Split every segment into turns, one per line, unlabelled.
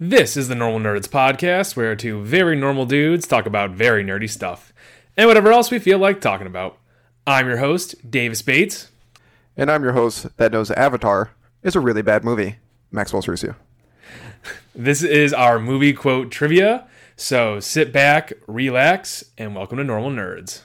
This is the Normal Nerds Podcast, where two very normal dudes talk about very nerdy stuff and whatever else we feel like talking about. I'm your host, Davis Bates.
And I'm your host that knows Avatar is a really bad movie, Maxwell Cerusio.
This is our movie quote trivia, so sit back, relax, and welcome to Normal Nerds.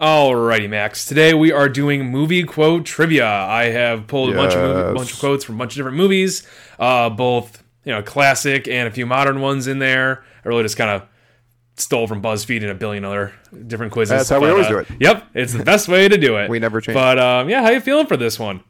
Alrighty, Max. Today we are doing movie quote trivia. I have pulled a bunch of movie,
Yes.
bunch of quotes from a bunch of different movies, uh, both you know classic and a few modern ones in there. I really just kind of stole from BuzzFeed and a billion other different quizzes.
That's how we always
uh,
do it.
Yep, it's the best way to do it.
We never change.
But um, yeah, how you feeling for this one?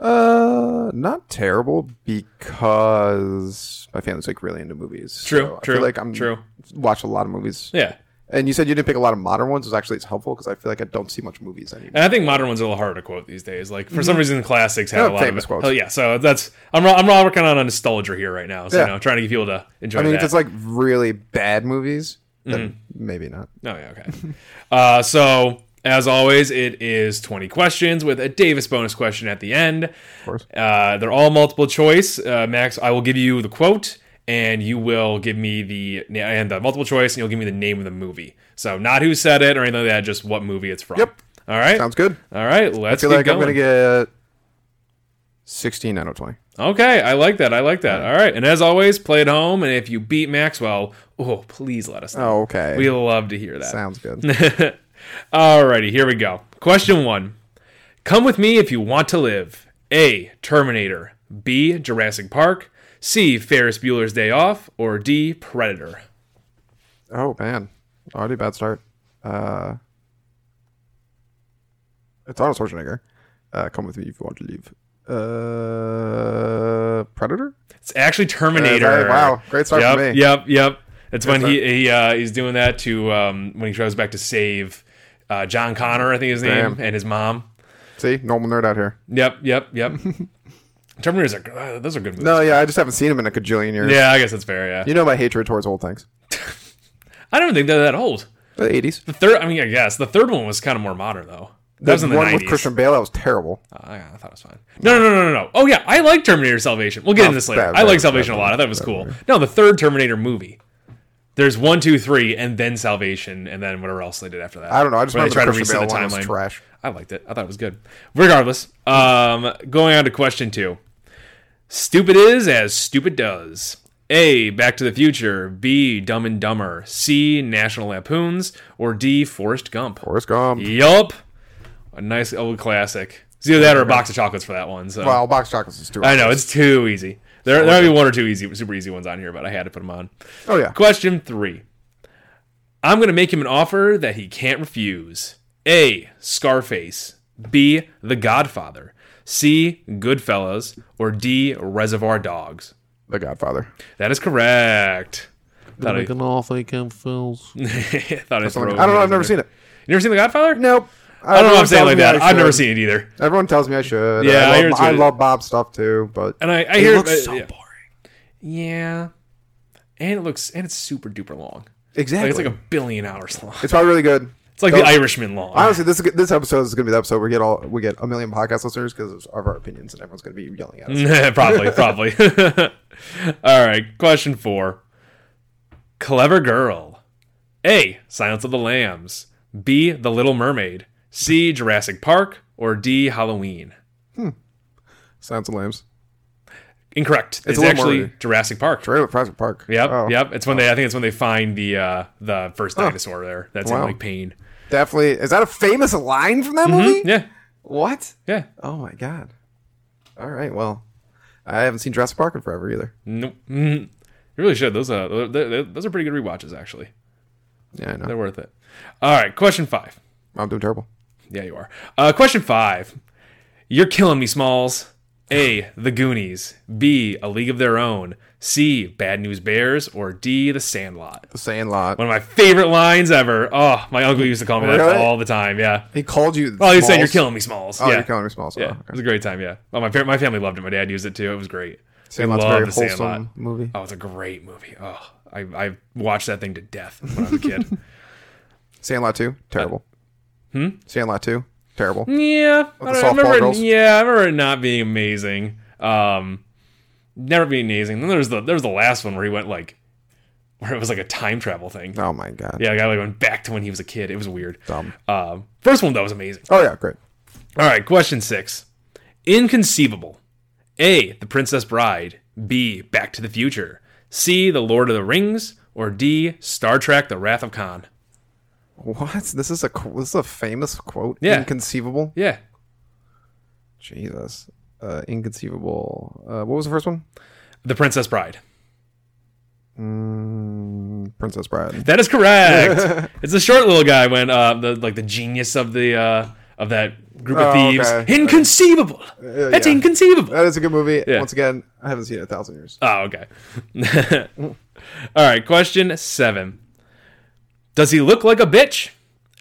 Uh, not terrible because my family's like really into movies.
True,
I
true,
feel like I'm
true.
Watch a lot of movies.
Yeah,
And you said you didn't pick a lot of modern ones. It's actually it's helpful because I feel like I don't see much movies anymore.
and I think modern ones are a little harder to quote these days. Like for some reason, classics have
Yeah,
a lot
Mm. famous
of
quotes.
Hell yeah, so that's I'm I'm working on a nostalgia here right now. So
Yeah.
you know, trying to get people to enjoy.
I mean,
that.
if it's like really bad movies, then maybe not.
Oh yeah, okay. uh, so as always, it is twenty questions with a Davis bonus question at the end. Of
course.
uh, they're all multiple choice. Uh, Max, I will give you the quote, and you will give me the and the multiple choice, and you'll give me the name of the movie. So not who said it or anything like that, just what movie it's from.
Yep.
All right.
Sounds good.
all right. Let's
I feel
keep
like
going.
I'm gonna get sixteen out of twenty.
Okay, I like that. I like that. All right. And as always, play at home, and if you beat Maxwell, oh please let us know.
Oh, okay.
We love to hear that.
Sounds good.
Alrighty, here we go. Question one. Come with me if you want to live. A. Terminator. B. Jurassic Park. C. Ferris Bueller's Day Off. Or D. Predator.
Oh man, already a bad start. Uh, it's Arnold Schwarzenegger. Uh, come with me if you want to leave. Uh, Predator.
It's actually Terminator.
Is that- wow, great start
yep,
for me.
Yep, yep. It's when he, he uh, he's doing that to um, when he travels back to save uh, John Connor, I think his name,
Damn.
and his mom.
See, normal nerd out here.
Yep, yep, yep. Terminators are uh, those are good movies.
No, yeah, I just haven't seen him in a cajillion years.
Yeah, I guess that's fair. Yeah,
You know my hatred towards old things.
I don't think they're that old.
The '80s.
The third, I mean, I guess the third one was kind of more modern though. That was in the
one
nineties.
with Christian Bale that was terrible.
Oh, yeah, I thought it was fine. No, no, no, no, no. Oh yeah, I like Terminator Salvation. We'll get into this later.
Oh, bad,
I like
bad,
Salvation
bad
a lot. I thought it was cool. No, the third Terminator movie. There's one, two, three, and then Salvation, and then whatever else they did after that.
I don't know. I just
When they
remember the
tried to
Christian Bale
reset the
one
timeline.
was trash.
I liked it. I thought it was good. Regardless, um, going on to question two. Stupid is as stupid does. A. Back to the Future. B. Dumb and Dumber. C. National Lampoons. Or D. Forrest Gump.
Forrest Gump.
Yup. A nice old classic. It's either that or a box of chocolates for that one. So
Well, box chocolates is too.
I know it's too easy. There, there might be one or two easy, super easy ones on here, but I had to put them on.
Oh yeah.
Question three. I'm gonna make him an offer that he can't refuse. A. Scarface. B. The Godfather. C. Goodfellas. Or D. Reservoir Dogs.
The Godfather.
That is correct. Thought I,
Like an awfully confused.
thought I,
Something like- I don't know. I've never seen it.
You never seen The Godfather?
Nope.
I don't know. if I'm saying
Everyone
like
tells
that.
me I
I've never
should.
seen it either.
Everyone tells me I should.
Yeah, I
I
hear
love,
it's
I
good.
love Bob stuff too, but
And I, I
It
hear
looks
uh,
so
yeah. Yeah. And it looks and it's super duper long. Like
exactly.
it's like a billion hours long.
It's probably really good.
It's like
Don't-
the Irishman long.
Honestly, this is, this episode is going to be the episode where we get all we get a million podcast listeners because of our opinions and everyone's going to be yelling
Mm-hmm.
at us.
probably, probably. All right, question 4. Clever girl. A. Silence of the Lambs. B. The Little Mermaid. C. Jurassic Park or D. Halloween.
Sounds of Lambs.
Incorrect. It's,
Little
actually
Mermaid.
Jurassic Park.
Trailer at Jurassic Park.
Yep,
Oh.
yep. It's when they I think it's when they find the uh the first dinosaur there. That's in
Wow.
like pain.
Definitely. Is that a famous line from that movie?
Mm-hmm. Yeah.
What?
Yeah.
Oh my god. All right. Well, I haven't seen Jurassic Park in forever either.
Nope. Mm. You really should. Those are th- th- those are pretty good rewatches, actually.
Yeah, I know.
They're worth it. All right, question five.
I'm doing terrible.
Yeah, you are. Uh, question five. You're killing me, Smalls. A. The Goonies. B. A League of Their Own. C. Bad News Bears. Or D. The Sandlot.
The Sandlot.
One of my favorite lines ever. Oh, my uncle used to call me that
Really?
all the time. Yeah.
He called you.
Oh, you said
Smalls?
you're killing me, Smalls.
Oh,
yeah.
you're killing me, Smalls.
Yeah,
Yeah.
it was a great time. Yeah. Oh, my par- my family loved it. My dad used it too. It was great. We
Sandlot's a
love
very
The
wholesome
Sandlot.
movie.
Oh, it's a great movie. Oh, I I watched that thing to death when I was a kid.
Sandlot two, terrible. hmm. Sandlot two, terrible.
Yeah,
the
I, don't- I
softball
remember. it-
girls?
Yeah, I remember it not being amazing. Um, never being amazing. Then there's the there's the last one where he went like, where it was like a time travel thing.
Oh my god.
Yeah, the guy like went back to when he was a kid. It was weird.
Dumb.
Um, first one though was amazing.
Oh yeah, great.
All right, question six. Inconceivable. A. The Princess Bride. B. Back to the Future. C. The Lord of the Rings. Or D. Star Trek: The Wrath of Khan.
What? This is a qu- this is a famous quote.
Yeah.
Inconceivable.
Yeah.
Jesus. Uh, inconceivable. Uh, what was the first one?
The Princess Bride.
Mm, Princess Bride.
That is correct. it's the short little guy when uh, the like the genius of the uh, of that group of
Oh,
thieves.
okay. Uh,
Inconceivable. That's
yeah.
inconceivable.
That is a good movie.
Yeah.
Once again, I haven't seen it in a thousand years.
Oh, okay. All right, question seven. Does he look like a bitch?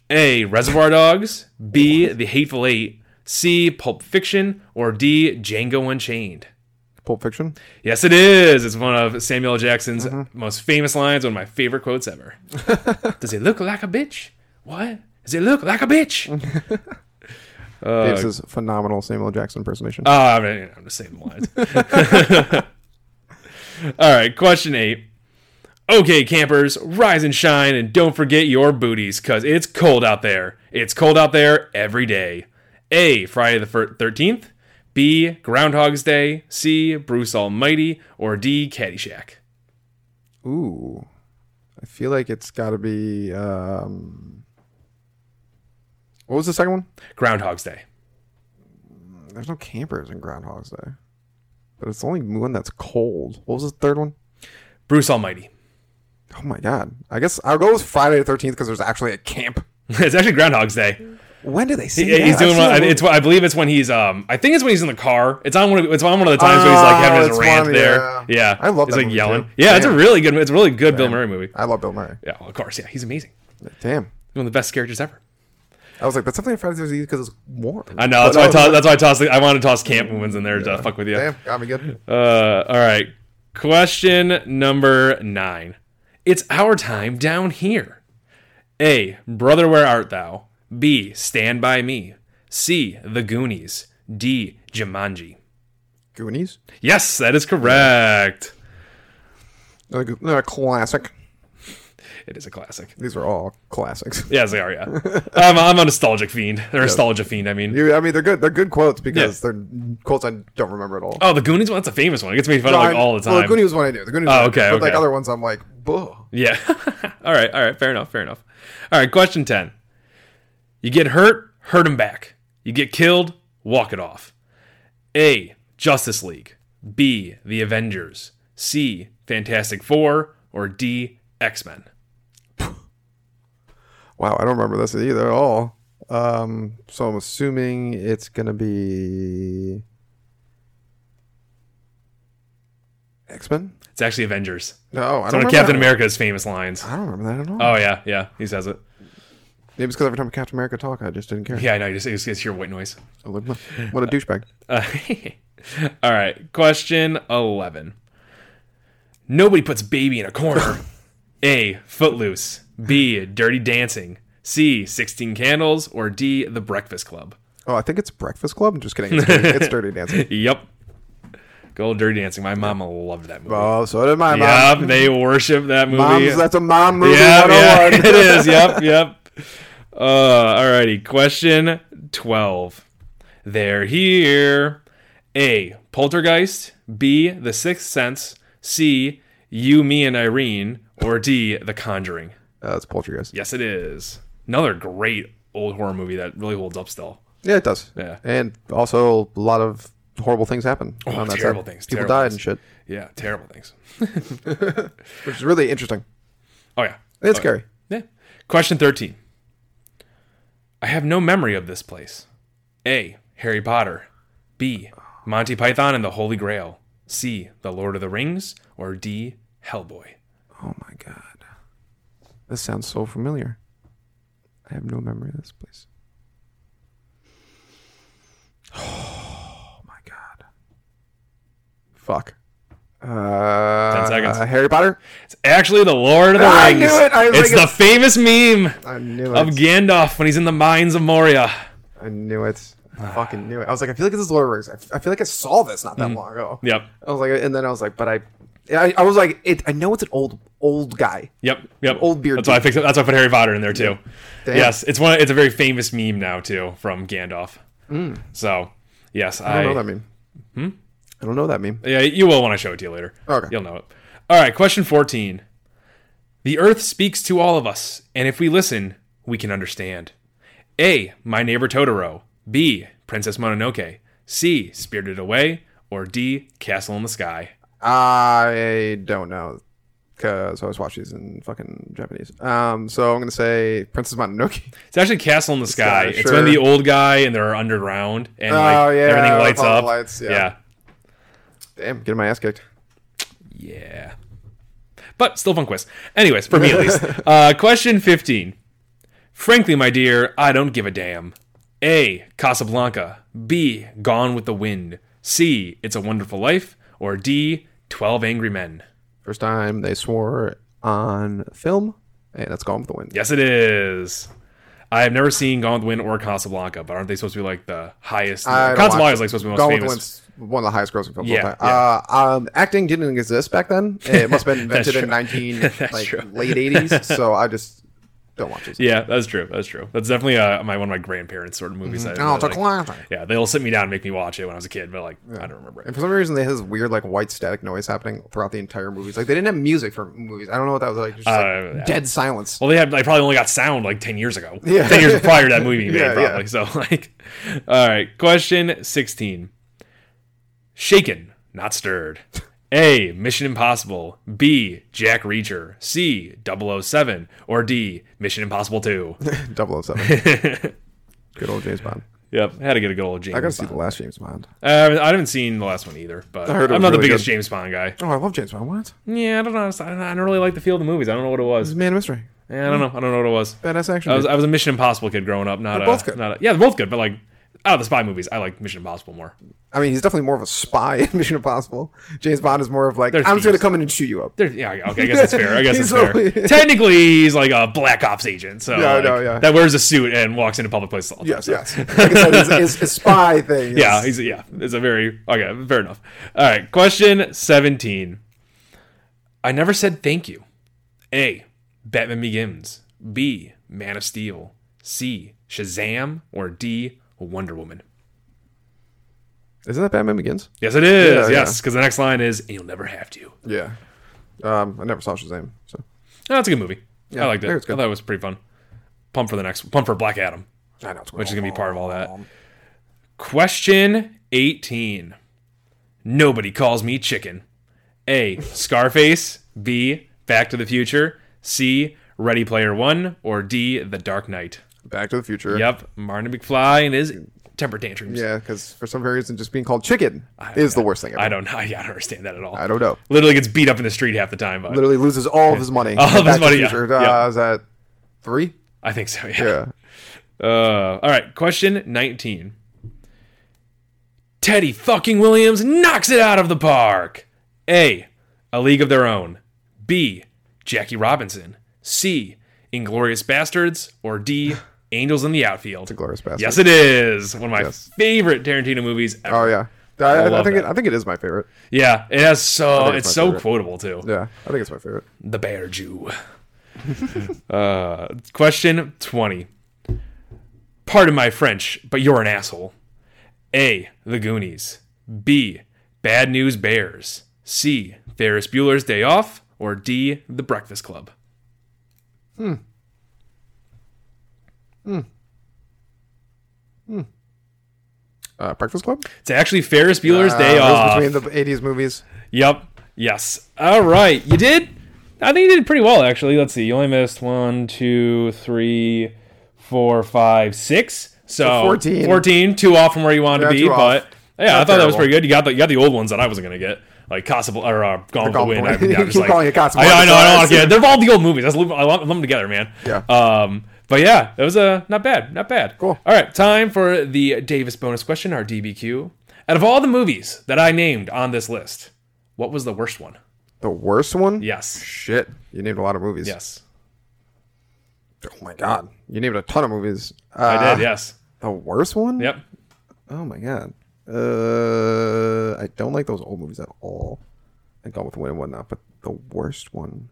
A. Reservoir Dogs. B. The Hateful Eight. C. Pulp Fiction. Or D. Django Unchained.
Pulp Fiction.
Yes, it is. It's one of Samuel L. Jackson's most famous lines, one of my favorite quotes ever. Does he look like a bitch? What? Does he look like a bitch? Uh,
Dave's is phenomenal Samuel L. Jackson impersonation.
Oh, I mean, I'm just saying the lines. All right, question eight. Okay, campers, rise and shine, and don't forget your booties, because it's cold out there. It's cold out there every day. A. Friday the fir- 13th. B. Groundhog's Day. C. Bruce Almighty. Or D. Caddyshack. Uh,
Ooh, I feel like it's got to be. Um, what was the second one?
Groundhog's Day.
There's no campers in Groundhog's Day, but it's the only one that's cold. What was the third one?
Bruce Almighty.
Oh my god! I guess I'll go with Friday the Thirteenth because there's actually a camp.
it's actually Groundhog's Day.
When do they see?
Yeah,
that?
he's
I've
doing
seen
one.
that
It's I believe it's when he's um. I think it's when he's in the car. It's on one. Of, it's on one of the times where he's like having
Oh,
his
it's
rant
one,
there.
yeah.
Yeah,
I love
He's
that
like
movie,
yelling.
too.
Yeah, it's a
Damn.
really good. It's a really good Bill Murray movie.
I love Bill Murray.
Yeah, well, of course. Yeah, he's amazing.
Damn.
He's one of the best characters ever.
I was like, that's something Friday the Thirteenth because it's warm.
I know. That's why I toss. That's why I toss. I want to toss camp movements in there to fuck with you.
Damn, got me good.
Uh, all right. Question number nine. It's our time down here. A. Brother, where art thou? B. Stand by me. C. The Goonies. D. Jumanji.
Goonies.
Yes, that is correct.
Another, good- another classic.
It is a classic.
These are all classics.
Yes, they are. Yeah, I'm, I'm a nostalgic fiend. Or nostalgia fiend. I mean,
You, I mean, they're good. They're good quotes because they're quotes I don't remember at all.
oh, the Goonies one. That's a famous one. It gets me fun like
I-
all the
Well,
time.
the Goonies was one I knew. The Goonies.
Oh,
one I knew.
okay,
But like
okay.
other ones, I'm like, buh.
Yeah. all right. All right. Fair enough. Fair enough. All right. Question 10. You get hurt, hurt him back. You get killed, walk it off. A. Justice League. B. The Avengers. C. Fantastic Four. Or D. X Men.
Wow, I don't remember this either at all. Um, so I'm assuming it's gonna be X Men.
It's actually Avengers.
No,
It's one
I don't.
of
Remember
Captain
that.
America's famous lines.
I don't remember that at all.
Oh, yeah. Yeah. He says it.
Maybe it's because every time Captain America talked, I just didn't care.
Yeah, I know. You just, you just hear white noise.
What a douchebag.
Uh, all right. Question 11. Nobody puts baby in a corner. a. Footloose. B. Dirty Dancing. C. 16 Candles. Or D. The Breakfast Club.
Oh, I think it's Breakfast Club. just kidding. It's Dirty, it's dirty Dancing.
Yep. Good old Dirty Dancing. My mama loved that movie.
Oh, so did my mom.
yep. They worship that movie.
Moms, that's a mom movie
Yep, yeah,
101.
it is. Yep, yep. Uh, alrighty. Question twelve. They're here. A. Poltergeist. B. The Sixth Sense. C. You, me, and Irene. Or D. The Conjuring.
Uh, it's Poltergeist.
Yes, it is. Another great old horror movie that really holds up still.
Yeah, it does.
Yeah.
And also a lot of horrible things happen. Oh,
terrible things,
People
terrible
died
things.
and shit,
Yeah, terrible things.
which is really interesting.
Oh yeah.
It's scary.
Yeah. Question 13. I have no memory of this place. A. Harry Potter. B. Monty Python and the Holy Grail. C. The Lord of the Rings. Or D. Hellboy.
Oh my god. This sounds so familiar. I have no memory of this place. Oh my god. Fuck. Uh,
seconds.
Harry Potter.
It's actually the Lord of the
Ah, I
Rings.
knew it! I was
it's
like,
the famous meme
I knew
of
it.
Gandalf when he's in the mines of Moria.
I knew it.
Ah.
I fucking knew it. I was like, I feel like this is Lord of the Rings. I f- I feel like I saw this not that
Mm.
long ago.
Yep.
I was like, and then I was like, but I, I, I was like, it. I know it's an old old guy.
Yep. Yep.
Old beard
That's why I fixed it. That's why I put Harry Potter in there too.
Damn.
Yes, it's one. It's a very famous meme now too from Gandalf. So yes,
Mm. I
I,
don't know that meme. Hmm. I don't know that meme.
yeah you will when I show it to you later.
Okay.
You'll know it. All right. Question fourteen. The Earth speaks to all of us, and if we listen, we can understand. A. My Neighbor Totoro. B. Princess Mononoke. C. Spirited Away. Or D. Castle in the Sky.
I don't know because I was watching these in fucking Japanese. Um, so I'm gonna say Princess Mononoke.
It's actually Castle in the Sky.
Sky,
It's when the
sure.
old guy and they're underground and like
Oh, yeah,
everything
with
lights
all the
up.
lights, yeah.
yeah.
Damn, getting my ass kicked.
Yeah. But still fun quiz. Anyways, for me at least. Uh, question 15. Frankly, my dear, I don't give a damn. A. Casablanca. B. Gone with the Wind. C. It's a Wonderful Life. Or D. 12 Angry Men.
First time they swore on film, and that's Gone with the Wind.
Yes, it is. I have never seen Gone with the Wind or Casablanca, but aren't they supposed to be like the highest?
I don't
Casablanca
watch
is like supposed to be the most
Gone with the
famous.
Wind's one of the highest grossing films
Yeah,
of all time. Uh, um, acting didn't exist back then. It must have been
That's
invented in
true.
19
That's
like
true.
late 80s. So I just don't watch this.
Yeah, that's true. That's true. That's definitely uh, my one of my grandparents' sort of movies. I
Oh,
really
it's a
like.
classic.
Yeah, they'll sit me down and make me watch it when I was a kid, but like I don't remember.
And
It.
for some reason, they had this weird like white static noise happening throughout the entire movie. It's Like they didn't have music for movies. I don't know what that was like. Just like,
Uh, yeah.
dead silence.
Well, they had. I probably only got sound like ten years ago.
Yeah.
Ten years prior to that movie being made,
Yeah, yeah.
probably. So like, all right. Question sixteen. Shaken, not stirred. A. Mission Impossible. B. Jack Reacher. C. 007. Or D. Mission Impossible Two.
007. Good old James Bond.
yep, had to get a good old James.
I gotta
Bond.
see the last James Bond.
Uh, I haven't seen the last one either, but
I heard it
I'm
was
not the
really
biggest
good.
James Bond guy.
Oh, I love James Bond. What?
Yeah, I don't know. I don't, I don't really like the feel of the movies. I don't know what it
This
was.
is Man of Mystery.
Yeah, I don't
Hmm.
know. I don't know what it was.
Badass action.
I was I was a Mission Impossible kid growing up. Not
They're
a,
both good.
Not a, yeah, they're both good. But like out of the spy movies, I like Mission Impossible more.
I mean, he's definitely more of a spy in Mission Impossible. James Bond is more of like, I'm just gonna
thieves.
come in and shoot you up.
There- yeah, okay, I guess it's fair. I guess it's
He's
fair.
only-
Technically, he's like a black ops agent, so
Yeah, I
like,
know, yeah.
that wears a suit and walks into public places. All the
Yes,
time, so.
yes. Like I said, his, his, his spy thing. Is,
Yeah, he's yeah. It's a very okay. Fair enough. All right. Question seventeen. I never said thank you. A. Batman Begins. B. Man of Steel. C. Shazam. Or D. Wonder Woman.
Isn't that Batman Begins?
Yes, it is.
Yeah,
yes, because the next line is, and you'll never have to.
Yeah. Um, I never saw Shazam. So
No, it's a good movie. I liked it.
I heard it's good.
I thought it was pretty fun. Pump for the next pump for Black Adam,
I know it's
which is gonna be part of all that. Question eighteen. Nobody calls me chicken. A. Scarface. B. Back to the Future. C. Ready Player One. Or D. The Dark Knight.
Back to the Future.
Yep. Martin McFly and his temper tantrums.
Yeah, because for some reason, just being called chicken is the worst thing ever.
I don't know. I don't understand that at all.
I don't know.
Literally gets beat up in the street half the time. But
Literally loses all of his money.
All of
Back
his
to the
money, yeah.
Future,
Yeah.
Uh, is that three?
I think so.
Yeah.
Uh, all right, question 19. Teddy fucking Williams knocks it out of the park. A. A League of Their Own. B. Jackie Robinson. C. Inglorious Bastards. Or D. Angels in the Outfield.
Glorious Bastard.
Yes, it is. One of my
Yes.
favorite Tarantino movies ever.
Oh yeah. I, I,
love
think
that.
it, I think it is my favorite.
Yeah, it has so,
think it's
it's,
my
so
favorite.
quotable too.
Yeah, I think it's my favorite.
the bear Jew. uh, question 20. Pardon my French, but you're an asshole. A. The Goonies. B. Bad News Bears. C. Ferris Bueller's Day Off. Or D. The Breakfast Club.
Uh, Breakfast Club.
It's actually Ferris Bueller's Day
Uh,
Off.
it was between the '80s movies.
Yep. Yes. All right. You did. I think you did pretty well, actually. Let's see. You only missed one, two, three, four, five, six. So,
14.
14, two off from where you wanted
Yeah,
to be.
two off.
But yeah, I
Not
thought that was
terrible.
pretty good. You got the you got the old ones that I wasn't gonna get, like Casablanca or uh, Gone with the
Gone with
Wind.
the
I,
Wind.
yeah,
You
I'm just
keep
like,
calling it
I, know, I know, I know.
Casablanca.
Yeah, they're all the old movies. That's, I lump- I lump them together, man.
Yeah.
Um. But yeah, that was uh, not bad, not bad.
Cool.
All right, time for the Davis bonus question, our DBQ. Out of all the movies that I named on this list, what was the worst one?
The worst one.
Yes.
Shit. You named a lot of movies.
Yes.
Oh my god. You named a ton of movies. Uh,
I did, yes.
The worst one?
Yep.
Oh my god. Uh, I don't like those old movies at all. And Gone with the Wind and whatnot, but the worst one.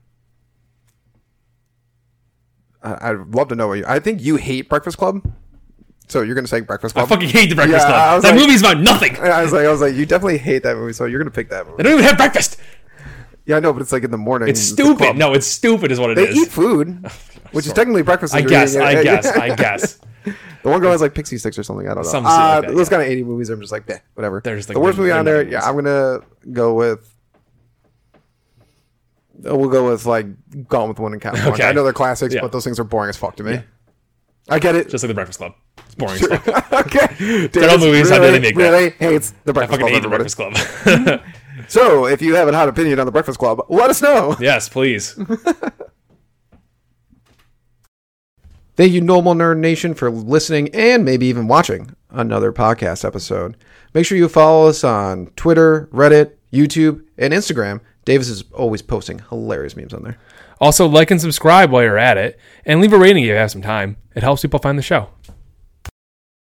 I, I'd love to know what you. I think you hate Breakfast Club, so you're gonna say Breakfast
I
Club.
fucking hate the Breakfast
um, Yeah, I
Club.
was
That
like-
movie's about nothing.
And I was like, I was like, you definitely hate that movie, so you're gonna pick that
They
movie.
don't even have breakfast.
Yeah, I know, but it's like in the morning.
It's
the
stupid.
club.
No, it's stupid is what it
they
is.
eat food, which is technically breakfast.
I
if you're
guess.
eating it.
I guess. I guess.
The one girl has like pixie sticks or something. I don't know.
Some shit like
uh,
that,
those
yeah.
kind of eighty movies. I'm just like, bleh, whatever.
They're just, like,
the worst
they're-
movie on
they're
there.
not
Yeah,
movies.
I'm gonna go with. uh, We'll go with like Gone with the Wind and Count. Okay.
Okay.
I know they're classics,
Yeah.
but those things are boring as fuck to me. I get it.
Just like the Breakfast Club. It's boring. as fuck.
okay.
all movies, how did
really,
they make that?
really hates
I
the Breakfast
fucking
Club.
hate the
everybody.
Breakfast Club.
So if you have a hot opinion on the Breakfast Club, let us know.
yes, please.
Thank you, Normal Nerd Nation, for listening and maybe even watching another podcast episode. Make sure you follow us on Twitter, Reddit, YouTube, and Instagram. Davis is always posting hilarious memes on there.
Also, like and subscribe while you're at it, and leave a rating if you have some time. It helps people find the show.